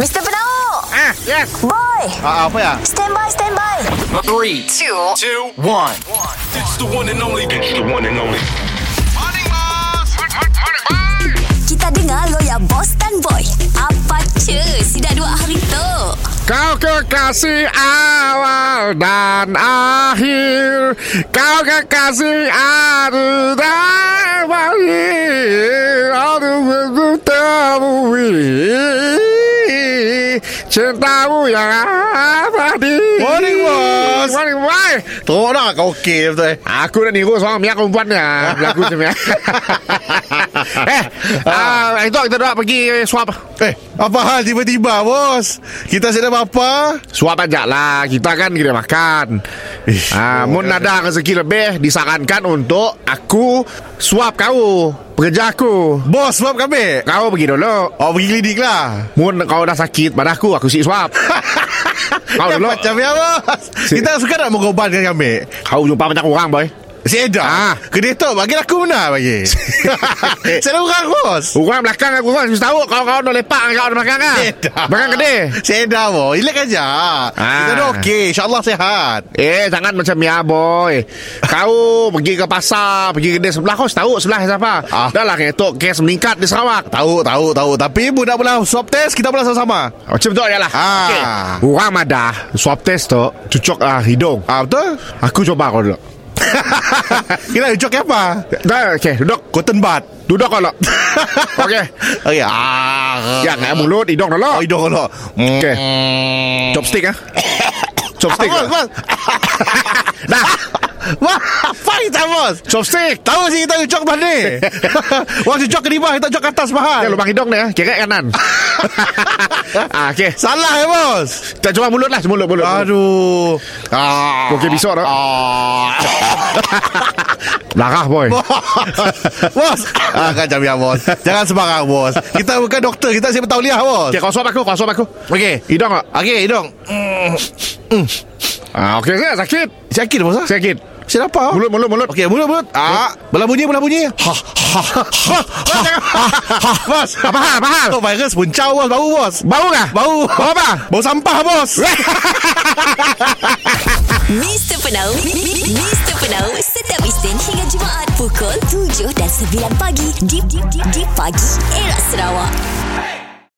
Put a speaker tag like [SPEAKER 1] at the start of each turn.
[SPEAKER 1] Mr. Penau
[SPEAKER 2] Ah, yes.
[SPEAKER 1] Boy
[SPEAKER 2] Ah, apa ya?
[SPEAKER 1] Stand by, stand by
[SPEAKER 3] Three,
[SPEAKER 1] Two
[SPEAKER 3] two, one.
[SPEAKER 4] It's the one and only. It's the one and only.
[SPEAKER 1] Kita dengar lo ya Boss dan Boy Apa cuy Si dah dua hari tu
[SPEAKER 2] Kau kekasih awal dan akhir Kau kekasih aduh dan akhir Aduh aku temui Cintamu yang abadi
[SPEAKER 5] Morning, boss.
[SPEAKER 2] Morning boy
[SPEAKER 5] Teruk nak kau okey betul eh.
[SPEAKER 2] Aku nak niru seorang Mia perempuan ni ah, Berlaku macam ni ah. Eh ah, Itu kita dua pergi suap
[SPEAKER 5] Eh, apa hal tiba-tiba bos? Kita sedang apa?
[SPEAKER 2] Suap aja lah Kita kan kena makan
[SPEAKER 5] Ish,
[SPEAKER 2] ah,
[SPEAKER 5] oh,
[SPEAKER 2] Mun ada rezeki lebih Disarankan untuk Aku Suap kau Pekerja aku
[SPEAKER 5] Bos sebab kami.
[SPEAKER 2] Kau pergi dulu
[SPEAKER 5] Oh pergi klinik lah.
[SPEAKER 2] Mun kau dah sakit Pada aku Aku si suap Kau
[SPEAKER 5] Ya,
[SPEAKER 2] dulu
[SPEAKER 5] Macam ya bos.
[SPEAKER 2] Si-
[SPEAKER 5] Kita suka nak mengobatkan kami.
[SPEAKER 2] Kau jumpa banyak orang boy
[SPEAKER 5] Si Eda.
[SPEAKER 2] Ah.
[SPEAKER 5] Ah. Kedai tu bagi aku benar bagi. Saya orang bos.
[SPEAKER 2] Orang belakang aku kan Mesti tahu Kau-kau dah lepak Kau dah makan kan
[SPEAKER 5] Eh, Dah.
[SPEAKER 2] Makan kedai
[SPEAKER 5] Saya dah bos. Relax aja.
[SPEAKER 2] Ah.
[SPEAKER 5] Kita dah okey. InsyaAllah sehat.
[SPEAKER 2] Eh jangan macam ya boy Kau pergi ke pasar Pergi kedai sebelah Kau tahu sebelah siapa
[SPEAKER 5] Ah.
[SPEAKER 2] Dah lah ketok Kes meningkat di Sarawak
[SPEAKER 5] Tahu, tahu, tahu. Tapi budak pula swab test kita pula sama-sama.
[SPEAKER 2] Macam tu je lah
[SPEAKER 5] Ah.
[SPEAKER 2] Okey. Orang madah Swab test tu Cucuk ah, hidung
[SPEAKER 5] Ah betul?
[SPEAKER 2] Aku coba kau dulu
[SPEAKER 5] Kira ucok apa?
[SPEAKER 2] Dah okey duduk
[SPEAKER 5] Cotton bud.
[SPEAKER 2] Duduk kau dulu Okey
[SPEAKER 5] Okey. Ah.
[SPEAKER 2] Ya nak mulut hidung dulu
[SPEAKER 5] Oh, hidung lo.
[SPEAKER 2] Okey Chopstick ah Chopstick
[SPEAKER 5] Bos, bos.
[SPEAKER 2] Dah
[SPEAKER 5] Wah, apa kita bos?
[SPEAKER 2] Chopstick
[SPEAKER 5] Tahu sih kita ucok mana? Wah, ucok ke bawah, kita ucok ke atas
[SPEAKER 2] Ya
[SPEAKER 5] bahan.
[SPEAKER 2] lubang hidung dia Kira kanan ah, Okey
[SPEAKER 5] Salah ya bos.
[SPEAKER 2] Kita cuba mulut lah Mulut mulut
[SPEAKER 5] Aduh. Ah.
[SPEAKER 2] Okey besok dah
[SPEAKER 5] Ah.
[SPEAKER 2] Darah boy
[SPEAKER 5] bos. Ah, kacau ya bos. Jangan sembarang bos. Kita bukan doktor, kita siapa tahu liah bos.
[SPEAKER 2] Okey kau suap aku Kau suap aku
[SPEAKER 5] Okey.
[SPEAKER 2] Hidung tak
[SPEAKER 5] Okey, hidung.
[SPEAKER 2] ah, Okey saya sakit
[SPEAKER 5] Sakit bos ah?
[SPEAKER 2] Sakit
[SPEAKER 5] Sakit apa?
[SPEAKER 2] Mulut mulut mulut
[SPEAKER 5] Okey, mulut mulut. Ah, belah bunyi, belah bunyi. Ha, ha, ha, ha, ha, bos.
[SPEAKER 2] Apa hal Apa hal
[SPEAKER 5] Kau virus buncau bos, bau bos.
[SPEAKER 2] Bau kah
[SPEAKER 5] Bau.
[SPEAKER 2] Bau apa
[SPEAKER 5] Bau sampah bos.
[SPEAKER 1] Mr. Penau Mi- Mi- Mi- Mr. Penau Setiap Isnin hingga Jumaat Pukul 7 dan 9 pagi Di, di, di, di pagi Era Sarawak